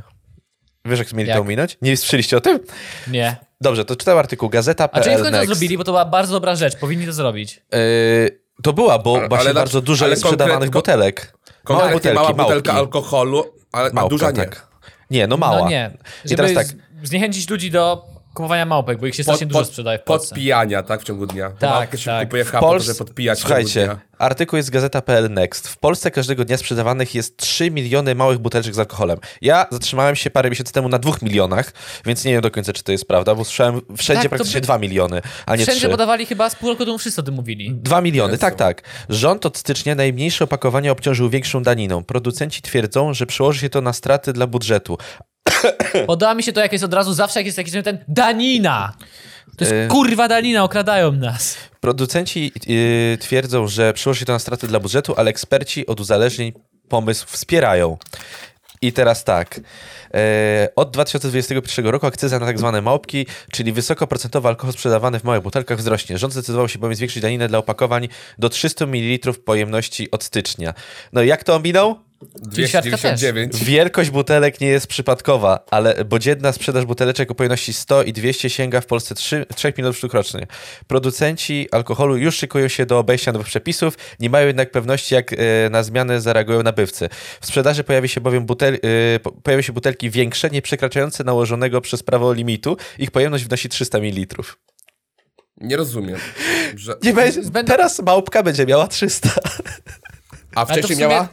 [SPEAKER 1] Wiesz, jak mieli to
[SPEAKER 3] Jak?
[SPEAKER 1] ominąć? Nie słyszeliście o tym?
[SPEAKER 3] tak, Nie.
[SPEAKER 1] Dobrze, to czytałem artykuł
[SPEAKER 3] A czyli w
[SPEAKER 1] Gazeta.pl
[SPEAKER 3] końcu to
[SPEAKER 1] Next.
[SPEAKER 3] zrobili, bo to była bardzo dobra rzecz, powinni to zrobić. No
[SPEAKER 1] Y, to była, bo
[SPEAKER 2] Ale-
[SPEAKER 1] właśnie
[SPEAKER 2] ale na-
[SPEAKER 1] bardzo dużo
[SPEAKER 2] ale
[SPEAKER 1] jest sprzedawanych
[SPEAKER 2] konkret-
[SPEAKER 1] butelek. Małe
[SPEAKER 2] Konkretnie
[SPEAKER 1] butelki,
[SPEAKER 2] mała butelka
[SPEAKER 1] małpki.
[SPEAKER 2] alkoholu, ale a
[SPEAKER 1] Małpka,
[SPEAKER 2] duża nie.
[SPEAKER 1] tak. Nie, no mała.
[SPEAKER 3] No nie. Żeby
[SPEAKER 1] I teraz tak,
[SPEAKER 3] z- zniechęcić ludzi do kupowania małpek, bo ich się strasznie dużo sprzedaje w Polsce.
[SPEAKER 2] podpijania, tak, w ciągu dnia.
[SPEAKER 3] Tak,
[SPEAKER 2] Małpkę się
[SPEAKER 3] tak.
[SPEAKER 2] kupuje
[SPEAKER 1] w
[SPEAKER 2] hapa,
[SPEAKER 1] Polsce,
[SPEAKER 2] żeby podpijać w ciągu
[SPEAKER 1] słuchajcie,
[SPEAKER 2] dnia.
[SPEAKER 1] artykuł jest z gazeta.pl Next. W Polsce każdego dnia sprzedawanych jest 3 miliony małych buteleczek z alkoholem. Ja zatrzymałem się parę miesięcy temu na 2 milionach, więc nie wiem do końca, czy to jest prawda, bo słyszałem wszędzie
[SPEAKER 3] Tak, to
[SPEAKER 1] praktycznie
[SPEAKER 3] by-
[SPEAKER 1] 2 miliony, a nie
[SPEAKER 3] Wszędzie
[SPEAKER 1] 3.
[SPEAKER 3] podawali chyba z pół roku temu wszyscy o tym mówili.
[SPEAKER 1] 2 miliony,
[SPEAKER 2] Jezu.
[SPEAKER 1] tak, tak. Rząd od stycznia najmniejsze opakowanie obciążył większą daniną. Producenci twierdzą, że przełoży się to na straty dla budżetu.
[SPEAKER 3] Podoba mi się to, jak jest od razu, zawsze jak jest jakiś ten danina. To jest
[SPEAKER 1] Y-
[SPEAKER 3] kurwa danina, okradają nas.
[SPEAKER 1] Producenci yy, twierdzą, że przełoży się to na straty dla budżetu, ale eksperci od uzależnień pomysł wspierają. I teraz tak. E, od 2021 roku akcyza na tak zwane małpki, czyli wysokoprocentowy alkohol sprzedawany w małych butelkach wzrośnie. Rząd zdecydował się bowiem zwiększyć daninę dla opakowań do 300 ml pojemności od stycznia. No i jak to ominął?
[SPEAKER 3] Czyli siatka też.
[SPEAKER 2] 299.
[SPEAKER 1] Wielkość butelek nie jest przypadkowa, ale bo dzienna sprzedaż buteleczek o pojemności 100 i 200 sięga w Polsce 3, 3 milionów sztuk rocznie. Producenci alkoholu już szykują się do obejścia nowych przepisów, nie mają jednak pewności, jak e, na zmianę zareagują nabywcy. W sprzedaży pojawi się bowiem butel, e, po- pojawią się butelki większe, nie przekraczające nałożonego przez prawo limitu. Ich pojemność wynosi 300 ml.
[SPEAKER 2] Nie rozumiem. Że...
[SPEAKER 1] Nie będzie, Teraz małpka będzie miała 300.
[SPEAKER 2] A
[SPEAKER 3] Ale to w
[SPEAKER 2] wcześniej
[SPEAKER 3] sumie-
[SPEAKER 2] miała?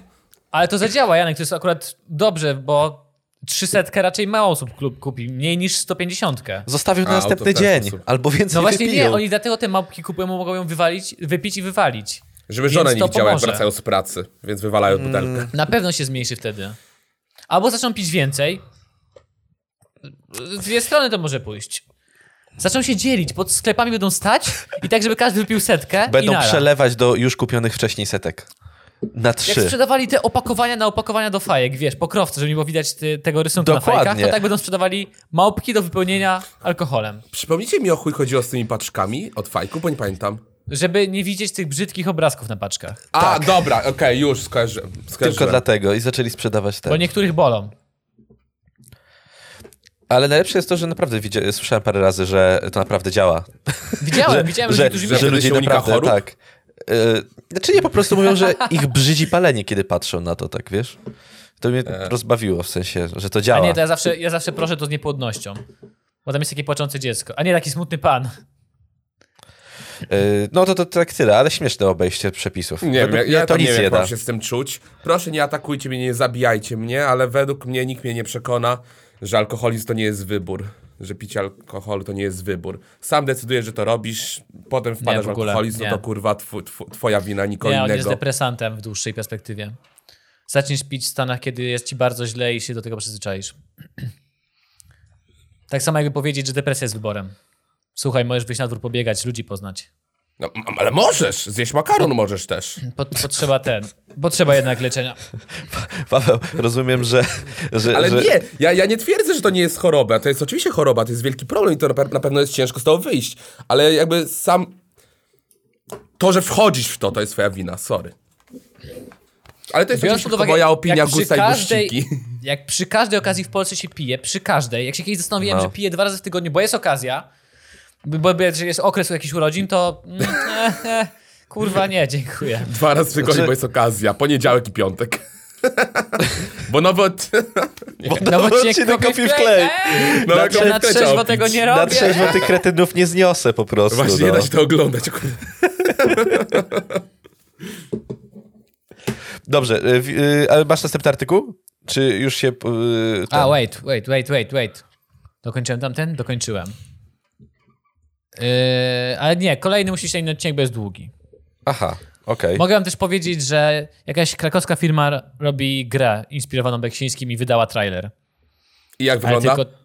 [SPEAKER 3] Ale to zadziała, Janek, to jest akurat dobrze, bo 300 raczej mało osób klub kupi, mniej niż 150.
[SPEAKER 1] Zostawił na
[SPEAKER 2] A,
[SPEAKER 1] następny
[SPEAKER 2] to w ten
[SPEAKER 1] dzień,
[SPEAKER 2] sposób.
[SPEAKER 1] albo więcej
[SPEAKER 3] No właśnie
[SPEAKER 1] wypiją.
[SPEAKER 3] nie, oni dlatego te małpki kupują, bo mogą ją wywalić, wypić i wywalić.
[SPEAKER 2] Żeby żona
[SPEAKER 3] Więc
[SPEAKER 2] nie
[SPEAKER 3] to
[SPEAKER 2] widziała, jak
[SPEAKER 3] pomoże.
[SPEAKER 2] wracają z pracy, więc wywalają
[SPEAKER 1] Mm.
[SPEAKER 2] butelkę.
[SPEAKER 3] Na pewno się zmniejszy wtedy. Albo zaczną pić więcej. W dwie strony to może pójść. Zaczną się dzielić, pod sklepami będą stać i tak, żeby każdy wypił setkę i
[SPEAKER 1] Będą
[SPEAKER 3] nara.
[SPEAKER 1] przelewać do już kupionych wcześniej setek. Na
[SPEAKER 3] Jak
[SPEAKER 1] trzy.
[SPEAKER 3] sprzedawali te opakowania na opakowania do fajek, wiesz, pokrowce, żeby nie było widać ty, tego rysunku na
[SPEAKER 1] Dokładnie.
[SPEAKER 3] fajkach, to tak będą sprzedawali małpki do wypełnienia alkoholem.
[SPEAKER 2] Przypomnijcie mi, o chuj chodziło z tymi paczkami od fajku, bo nie pamiętam.
[SPEAKER 3] Żeby nie widzieć tych brzydkich obrazków na paczkach.
[SPEAKER 2] A, dobra, okej, już skojarzyłem. skojarzyłem.
[SPEAKER 1] Tak. Tylko dlatego i zaczęli sprzedawać
[SPEAKER 3] Bo
[SPEAKER 1] te.
[SPEAKER 3] niektórych bolą.
[SPEAKER 1] Ale najlepsze jest to, że naprawdę widzia... słyszałem parę razy, że to naprawdę działa.
[SPEAKER 3] Widziałem,
[SPEAKER 1] że,
[SPEAKER 3] Tak, widziałem,
[SPEAKER 1] że,
[SPEAKER 3] ludzi, którzy
[SPEAKER 1] że,
[SPEAKER 2] wtedy
[SPEAKER 1] ludzie
[SPEAKER 2] się unika
[SPEAKER 1] naprawdę
[SPEAKER 2] chorób?
[SPEAKER 1] tak. Yy, znaczy nie, po prostu mówią, że ich brzydzi palenie, kiedy patrzą na to, tak wiesz? To mnie
[SPEAKER 2] E.
[SPEAKER 1] rozbawiło w sensie, że to
[SPEAKER 3] A
[SPEAKER 1] działa.
[SPEAKER 3] nie, to ja zawsze, ja zawsze proszę to z niepłodnością. Bo tam jest takie płaczące dziecko. A nie, taki smutny pan.
[SPEAKER 1] Yy, no to, to tak tyle, ale śmieszne obejście przepisów.
[SPEAKER 2] Nie wiem,
[SPEAKER 1] Według
[SPEAKER 2] ja,
[SPEAKER 1] mnie
[SPEAKER 2] ja to nie
[SPEAKER 1] nic
[SPEAKER 2] wiem, jak
[SPEAKER 1] da.
[SPEAKER 2] mam się z tym czuć. Proszę nie atakujcie mnie, nie zabijajcie mnie, ale według mnie nikt mnie nie przekona, że alkoholizm to nie jest wybór. Że picie alkoholu to nie jest wybór. Sam decydujesz, że to robisz, potem wpadasz
[SPEAKER 3] w
[SPEAKER 2] w
[SPEAKER 3] ogóle,
[SPEAKER 2] alkoholizm,
[SPEAKER 3] nie.
[SPEAKER 2] no to kurwa tw tw twoja wina, nikogo
[SPEAKER 3] Nie, on jest
[SPEAKER 2] innego.
[SPEAKER 3] depresantem w dłuższej perspektywie. Zaczniesz pić w Stanach, kiedy jest ci bardzo źle i się do tego przyzwyczaisz. [clears throat] Tak samo jakby powiedzieć, że depresja jest wyborem. Słuchaj, możesz wyjść na dwór pobiegać, ludzi poznać.
[SPEAKER 2] No, m- ale możesz, zjeść makaron możesz też.
[SPEAKER 3] Pot- Potrzeba ten. Potrzeba jednak leczenia.
[SPEAKER 1] Paweł, rozumiem, że... że
[SPEAKER 2] Ale
[SPEAKER 1] że...
[SPEAKER 2] nie, ja, ja nie twierdzę, że to nie jest choroba. To jest oczywiście choroba, to jest wielki problem i to na pe- na pewno jest ciężko z tego wyjść. Ale jakby sam... To, że wchodzisz w to, to jest twoja wina, sorry. Ale to jest
[SPEAKER 3] Biorąc
[SPEAKER 2] oczywiście
[SPEAKER 3] pod uwagę,
[SPEAKER 2] moja opinia
[SPEAKER 3] jak przy
[SPEAKER 2] gusta i
[SPEAKER 3] każdej-
[SPEAKER 2] guściki. [laughs]
[SPEAKER 3] Jak przy każdej okazji w Polsce się pije, przy każdej, jak się kiedyś zastanowiłem,
[SPEAKER 1] No.
[SPEAKER 3] że piję dwa razy w tygodniu, bo jest okazja, bo bo- że jest okres jakichś urodzin, to mm, [laughs] e, e, Kurwa, nie, dziękuję.
[SPEAKER 2] Dwa razy w tygodniu,
[SPEAKER 1] Znaczy-
[SPEAKER 2] bo jest okazja. Poniedziałek i piątek. [laughs] bo nowy
[SPEAKER 3] [laughs]
[SPEAKER 2] odcinek...
[SPEAKER 3] No
[SPEAKER 1] odcinek kopiuj w klej.
[SPEAKER 2] No,
[SPEAKER 1] Na
[SPEAKER 2] jak
[SPEAKER 1] trze-
[SPEAKER 2] on
[SPEAKER 3] Na
[SPEAKER 2] wkleciał
[SPEAKER 3] trzeźwo
[SPEAKER 2] opis.
[SPEAKER 3] tego nie
[SPEAKER 1] Na
[SPEAKER 3] robię.
[SPEAKER 1] trzeźwo tych kretynów nie zniosę po prostu.
[SPEAKER 2] Właśnie nie
[SPEAKER 1] no.
[SPEAKER 2] da się to oglądać. kurde.
[SPEAKER 1] Dobrze, y, wi- y, ale masz następny artykuł? Czy już się... y, ten-
[SPEAKER 3] A, wait, wait, wait, wait, wait. Dokończyłem tamten? Dokończyłem. Yy, ale nie, kolejny musi się inny odcinek, bo jest długi.
[SPEAKER 1] Aha, okej.
[SPEAKER 3] Mogę wam też powiedzieć, że jakaś krakowska firma ro- robi grę inspirowaną Beksińskim i wydała trailer.
[SPEAKER 2] I jak
[SPEAKER 3] Ale
[SPEAKER 2] wygląda?
[SPEAKER 3] tylko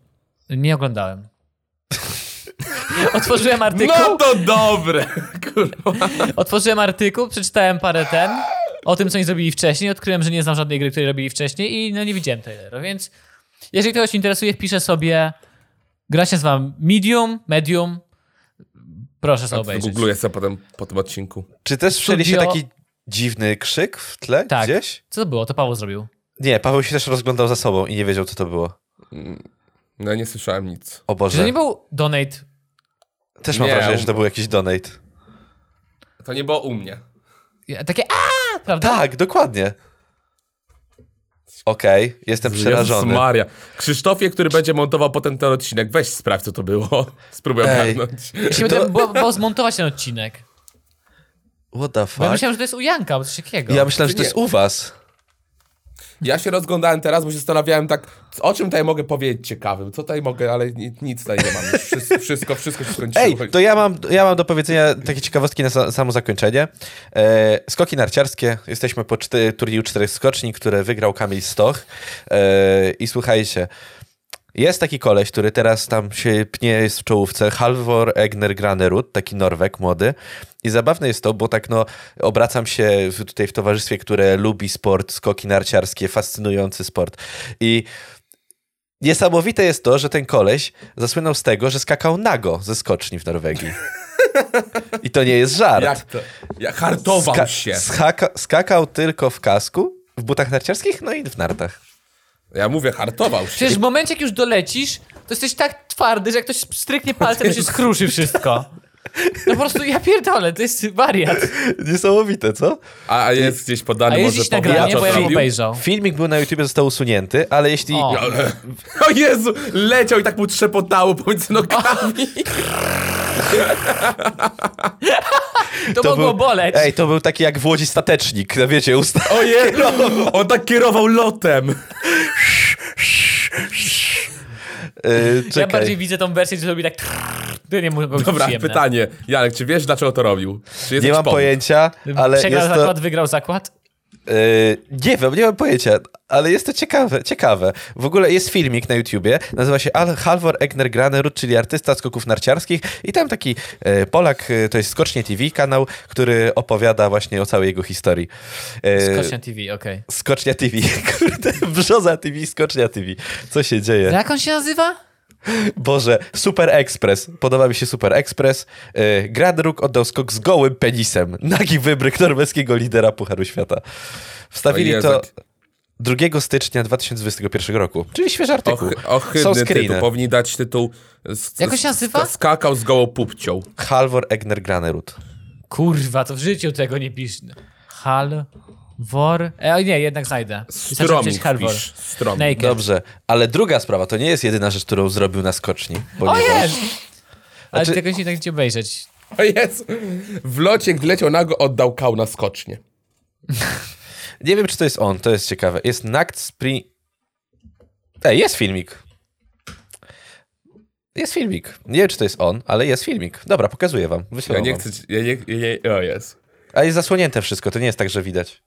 [SPEAKER 3] nie oglądałem. [laughs] Otworzyłem artykuł,
[SPEAKER 2] No to dobre! Kurwa.
[SPEAKER 3] otworzyłem artykuł, przeczytałem parę ten o tym, co oni zrobili wcześniej. Odkryłem, że nie znam żadnej gry, której robili wcześniej i no nie widziałem trailera, więc jeżeli kogoś interesuje, wpiszę sobie gra się nazywa Medium, Medium. Proszę
[SPEAKER 1] Tak,
[SPEAKER 3] sobie obejrzeć.
[SPEAKER 2] Googluję sobie potem po tym odcinku.
[SPEAKER 1] Czy też słyszeliście
[SPEAKER 3] studio-
[SPEAKER 1] taki dziwny krzyk w tle
[SPEAKER 3] Tak.
[SPEAKER 1] gdzieś?
[SPEAKER 3] Co to było? To Paweł zrobił.
[SPEAKER 1] Nie, Paweł się też rozglądał za sobą i nie wiedział, co to było.
[SPEAKER 2] No nie słyszałem nic.
[SPEAKER 1] O
[SPEAKER 3] Czy to
[SPEAKER 1] Boże,
[SPEAKER 3] nie był donate?
[SPEAKER 1] też mam
[SPEAKER 2] Nie,
[SPEAKER 1] wrażenie,
[SPEAKER 2] on-
[SPEAKER 1] że to był jakiś donate.
[SPEAKER 2] To nie było u mnie.
[SPEAKER 3] Ja- Takie aaa, prawda?
[SPEAKER 1] Tak, dokładnie. Okej, jestem przerażony.
[SPEAKER 2] Maria. Krzysztofie, który będzie montował potem ten odcinek, weź sprawdź, co to było. [laughs] Spróbuję
[SPEAKER 1] Ej.
[SPEAKER 2] ogarnąć.
[SPEAKER 3] Musimy
[SPEAKER 1] To-
[SPEAKER 3] to... było, było zmontować ten odcinek.
[SPEAKER 1] What the
[SPEAKER 3] Bo ja
[SPEAKER 1] fuck?
[SPEAKER 3] myślałem, że to jest u Janka albo coś takiego.
[SPEAKER 1] Tak. Ja myślałem, że to
[SPEAKER 2] Nie.
[SPEAKER 1] jest u was.
[SPEAKER 2] Ja się rozglądałem teraz, bo się zastanawiałem tak, c- o czym tutaj mogę powiedzieć ciekawym. Co tutaj mogę, ale ni- nic tutaj nie mam. Już Wszystko, [laughs] wszystko, wszystko się skończyło.
[SPEAKER 1] Ej, to ja mam, ja mam do powiedzenia takie ciekawostki na sa, samo zakończenie. E, skoki narciarskie. Jesteśmy po czty, turnieju czterech skoczni, które wygrał Kamil Stoch. E, I słuchajcie, jest taki koleś, który teraz tam się pnie, jest w czołówce, Halvor Egner Granerud, taki Norwek młody. I zabawne jest to, bo tak no, obracam się w, tutaj w towarzystwie, które lubi sport, skoki narciarskie, fascynujący sport. I Niesamowite jest to, że ten koleś zasłynął z tego, że skakał nago ze skoczni w Norwegii. I to nie jest żart.
[SPEAKER 2] Jak to? Ja hartował
[SPEAKER 1] Ska-
[SPEAKER 2] się.
[SPEAKER 1] Skaka, skakał tylko w kasku, w butach narciarskich, no i w nartach.
[SPEAKER 2] Ja mówię, hartował się.
[SPEAKER 3] Przecież w momencie, jak już dolecisz, to jesteś tak twardy, że jak ktoś stryknie palcem, to się skruszy wszystko. No po prostu ja pierdolę, to jest wariat.
[SPEAKER 1] Niesamowite, co?
[SPEAKER 2] A, a jest gdzieś podany
[SPEAKER 3] A jest
[SPEAKER 2] może
[SPEAKER 3] dziś nagranie,
[SPEAKER 2] co
[SPEAKER 3] bo ja bym
[SPEAKER 2] zrobił?
[SPEAKER 3] obejrzał.
[SPEAKER 1] Filmik był na YouTubie, został usunięty, ale jeśli...
[SPEAKER 3] O.
[SPEAKER 2] Ale- [laughs] O Jezu, leciał i tak mu trzepotało
[SPEAKER 1] [laughs]
[SPEAKER 2] pomiędzy nogami.
[SPEAKER 3] To, mogło
[SPEAKER 1] był-
[SPEAKER 3] boleć.
[SPEAKER 1] Ej, to był taki jak w Łodzi statecznik, no wiecie, usta...
[SPEAKER 2] O
[SPEAKER 1] [laughs]
[SPEAKER 2] Jezu, on tak kierował lotem.
[SPEAKER 1] Yy,
[SPEAKER 3] ja
[SPEAKER 1] czekaj.
[SPEAKER 3] bardziej widzę tą wersję, gdzie robi tak... trrr. To nie mogło być
[SPEAKER 2] Dobra,
[SPEAKER 3] przyjemne.
[SPEAKER 2] pytanie. Janek, czy wiesz, dlaczego to robił? Czy jest
[SPEAKER 1] Nie
[SPEAKER 2] jakiś
[SPEAKER 1] mam
[SPEAKER 2] powód?
[SPEAKER 1] pojęcia, ale
[SPEAKER 3] Przegrał
[SPEAKER 1] jest to...
[SPEAKER 3] zakład, wygrał zakład.
[SPEAKER 1] Yy, nie wiem, nie mam pojęcia, ale jest to ciekawe, ciekawe. W ogóle jest filmik na YouTubie, nazywa się Al Halvor Egner Granerud, czyli artysta skoków narciarskich i tam taki e, Polak, e, to jest Skocznie TV kanał, który opowiada właśnie o całej jego historii. E,
[SPEAKER 3] Skocznia TV, okej.
[SPEAKER 1] Skocznia TV, [laughs] kurde, Brzoza TV, Skocznia TV. Co się dzieje?
[SPEAKER 3] Jak on się nazywa?
[SPEAKER 1] Boże, Super Express. Podoba mi się Super Express. Yy, Granruk oddał skok z gołym penisem. [laughs] Nagi wybryk norweskiego lidera Pucharu Świata. Wstawili
[SPEAKER 2] O Jezu,
[SPEAKER 1] to
[SPEAKER 2] jak-
[SPEAKER 1] 2 stycznia 2021 roku, czyli świeży artykuł.
[SPEAKER 2] Och, ohydny tytuł.
[SPEAKER 1] screeny.
[SPEAKER 2] Powinni dać tytuł... s-
[SPEAKER 3] Jak on się
[SPEAKER 2] s-
[SPEAKER 3] nazywa?
[SPEAKER 2] Skakał z gołą pupcią.
[SPEAKER 1] Halvor Egner Granerud.
[SPEAKER 3] Kurwa, to w życiu tego nie pisz. Hal... Wor... E, o nie, jednak znajdę. Wystarczy
[SPEAKER 2] Stromik
[SPEAKER 3] napisać Halvor.
[SPEAKER 2] pisz. Stromik.
[SPEAKER 3] Naked.
[SPEAKER 1] Dobrze, ale druga sprawa, to nie jest jedyna rzecz, którą zrobił na skoczni.
[SPEAKER 3] O
[SPEAKER 1] ponieważ-
[SPEAKER 3] jest! Ale
[SPEAKER 1] Znaczy-
[SPEAKER 3] tego się tak gdzie obejrzeć.
[SPEAKER 2] O Jezu. W locie, gdy leciał nago, oddał kał na skocznie.
[SPEAKER 1] Nie wiem, czy to jest on, to jest ciekawe. Jest Nakt Spring... Ej, jest filmik. Jest filmik. Nie wiem, czy to jest on, ale jest filmik. Dobra, pokazuję wam.
[SPEAKER 2] Ja
[SPEAKER 1] Wyślę
[SPEAKER 2] nie
[SPEAKER 1] wam.
[SPEAKER 2] chcę... ci- Ja nie, ja nie, o Jezu.
[SPEAKER 1] A jest zasłonięte wszystko, to nie jest tak, że widać.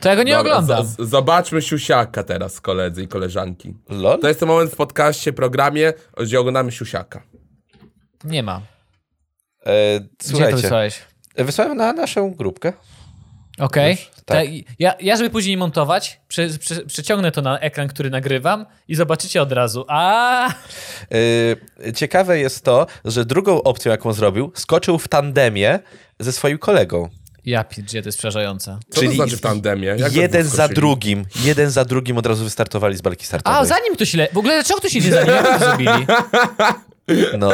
[SPEAKER 3] To ja go nie
[SPEAKER 2] Dobra,
[SPEAKER 3] oglądam.
[SPEAKER 2] z- z- Zobaczmy siusiaka teraz, koledzy i koleżanki.
[SPEAKER 1] Lol?
[SPEAKER 2] To jest ten moment w podcaście, programie, gdzie oglądamy siusiaka.
[SPEAKER 3] Nie ma.
[SPEAKER 1] E,
[SPEAKER 3] Gdzie to
[SPEAKER 1] słuchajcie, E,
[SPEAKER 3] wysłałeś?
[SPEAKER 1] wysłałem na naszą grupkę.
[SPEAKER 3] Okej.
[SPEAKER 1] tak.
[SPEAKER 3] Te- Ja, ja, żeby później montować, prze, prze, przeciągnę to na ekran, który nagrywam i zobaczycie od razu. A
[SPEAKER 1] E, ciekawe jest to, że drugą opcją, jaką zrobił, skoczył w tandemie ze swoim kolegą.
[SPEAKER 3] Ja pierdzie, to jest przerażające.
[SPEAKER 2] Co
[SPEAKER 1] Czyli
[SPEAKER 2] to znaczy w tandemie? Jak to
[SPEAKER 1] jeden za
[SPEAKER 2] wskoczyli?
[SPEAKER 1] drugim, jeden za drugim od razu wystartowali z balki startowej.
[SPEAKER 3] A, zanim to się le... W ogóle dlaczego to się nie za nim Jak to zrobili?
[SPEAKER 1] No.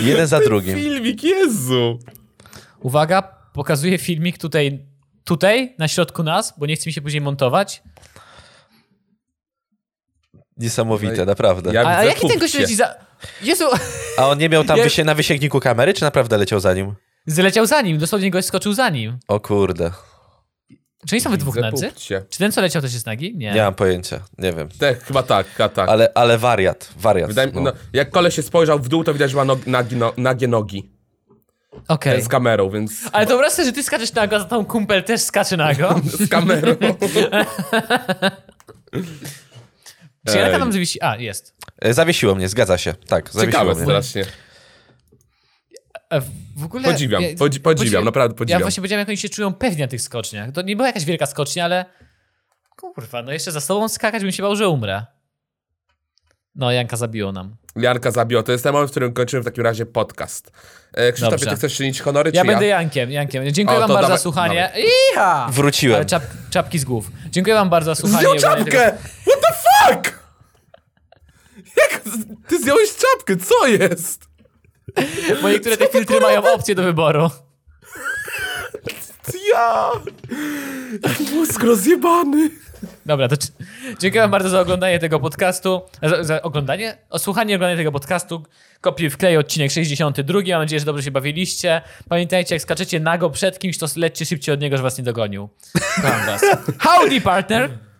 [SPEAKER 1] Jeden za drugim.
[SPEAKER 2] Filmik, Jezu!
[SPEAKER 3] Uwaga, pokazuję filmik tutaj, tutaj, na środku nas, bo nie chce mi się później montować.
[SPEAKER 1] Niesamowite, naprawdę.
[SPEAKER 2] No Ja-
[SPEAKER 3] A, a
[SPEAKER 2] widzę,
[SPEAKER 3] jaki ten gość
[SPEAKER 2] kupcie.
[SPEAKER 3] leci za... Jezu, [laughs]
[SPEAKER 1] A on nie miał tam
[SPEAKER 3] Ja-
[SPEAKER 1] wysie... na wysięgniku kamery, czy naprawdę leciał za nim?
[SPEAKER 3] zleciał za nim, dosłownie gość skoczył za nim.
[SPEAKER 1] O kurde.
[SPEAKER 3] Czy oni są we dwóch nadzy?
[SPEAKER 2] Zapupcie.
[SPEAKER 3] Czy ten, co leciał, też jest nagi? Nie.
[SPEAKER 1] Nie mam pojęcia, nie wiem.
[SPEAKER 2] Tak, chyba tak, a tak.
[SPEAKER 1] Ale, ale wariat, wariat.
[SPEAKER 2] Wydaje mi,
[SPEAKER 1] no.
[SPEAKER 2] no, jak koleś się spojrzał w dół, to widać, że ma nog, nagi, no, nagie nogi
[SPEAKER 3] Okej.
[SPEAKER 2] z kamerą, więc...
[SPEAKER 3] Ale to wraz, że ty skaczesz nago, a za tą kumpel też skacze nago.
[SPEAKER 2] Z [laughs] kamerą.
[SPEAKER 3] Czy ja
[SPEAKER 2] Ej.
[SPEAKER 3] tam zawiści? A, jest.
[SPEAKER 1] E, Zawiesiło mnie, zgadza się. Tak, zawiesiło
[SPEAKER 2] Ciekawe
[SPEAKER 1] mnie.
[SPEAKER 2] strasznie.
[SPEAKER 3] A E, w- W ogóle...
[SPEAKER 2] Podziwiam, podzi- podziwiam, naprawdę
[SPEAKER 3] Ja
[SPEAKER 2] podziwiam.
[SPEAKER 3] właśnie powiedziałem, jak oni się czują pewnie na tych skoczniach. To nie była jakaś wielka skocznia, ale... Kurwa, no jeszcze za sobą skakać bym się bał, że umrę. No, Janka zabiło nam.
[SPEAKER 2] Janka zabiło. To jest ten moment, w którym kończymy w takim razie podcast. E, Krzysztofie,
[SPEAKER 3] Dobrze.
[SPEAKER 2] ty chcesz czynić honory,
[SPEAKER 3] Ja
[SPEAKER 2] czy
[SPEAKER 3] będę
[SPEAKER 2] ja?
[SPEAKER 3] Jankiem, Jankiem. Dziękuję
[SPEAKER 2] O,
[SPEAKER 3] wam
[SPEAKER 2] to
[SPEAKER 3] bardzo za
[SPEAKER 2] dawaj-
[SPEAKER 3] słuchanie. Iha!
[SPEAKER 1] Wróciłem.
[SPEAKER 3] Ale czap, czapki z głów. Dziękuję wam bardzo za słuchanie.
[SPEAKER 2] Zdjął
[SPEAKER 3] oglądanie
[SPEAKER 2] czapkę! What the fuck? Jak z- ty zdjąłeś czapkę? Co jest?
[SPEAKER 3] Tego, bo niektóre te filtry mają opcję do wyboru.
[SPEAKER 2] Ja! Jaki mózg rozjebany.
[SPEAKER 3] Dobra, to czy- dziękuję wam bardzo za oglądanie tego podcastu. Za, za oglądanie? O słuchanie i oglądanie tego podcastu. Kopiuj w klej odcinek 62. Mam nadzieję, że dobrze się bawiliście. Pamiętajcie, jak skaczecie nago przed kimś, to lećcie szybciej od niego, że was nie dogonił. Kocham was. Howdy, partner!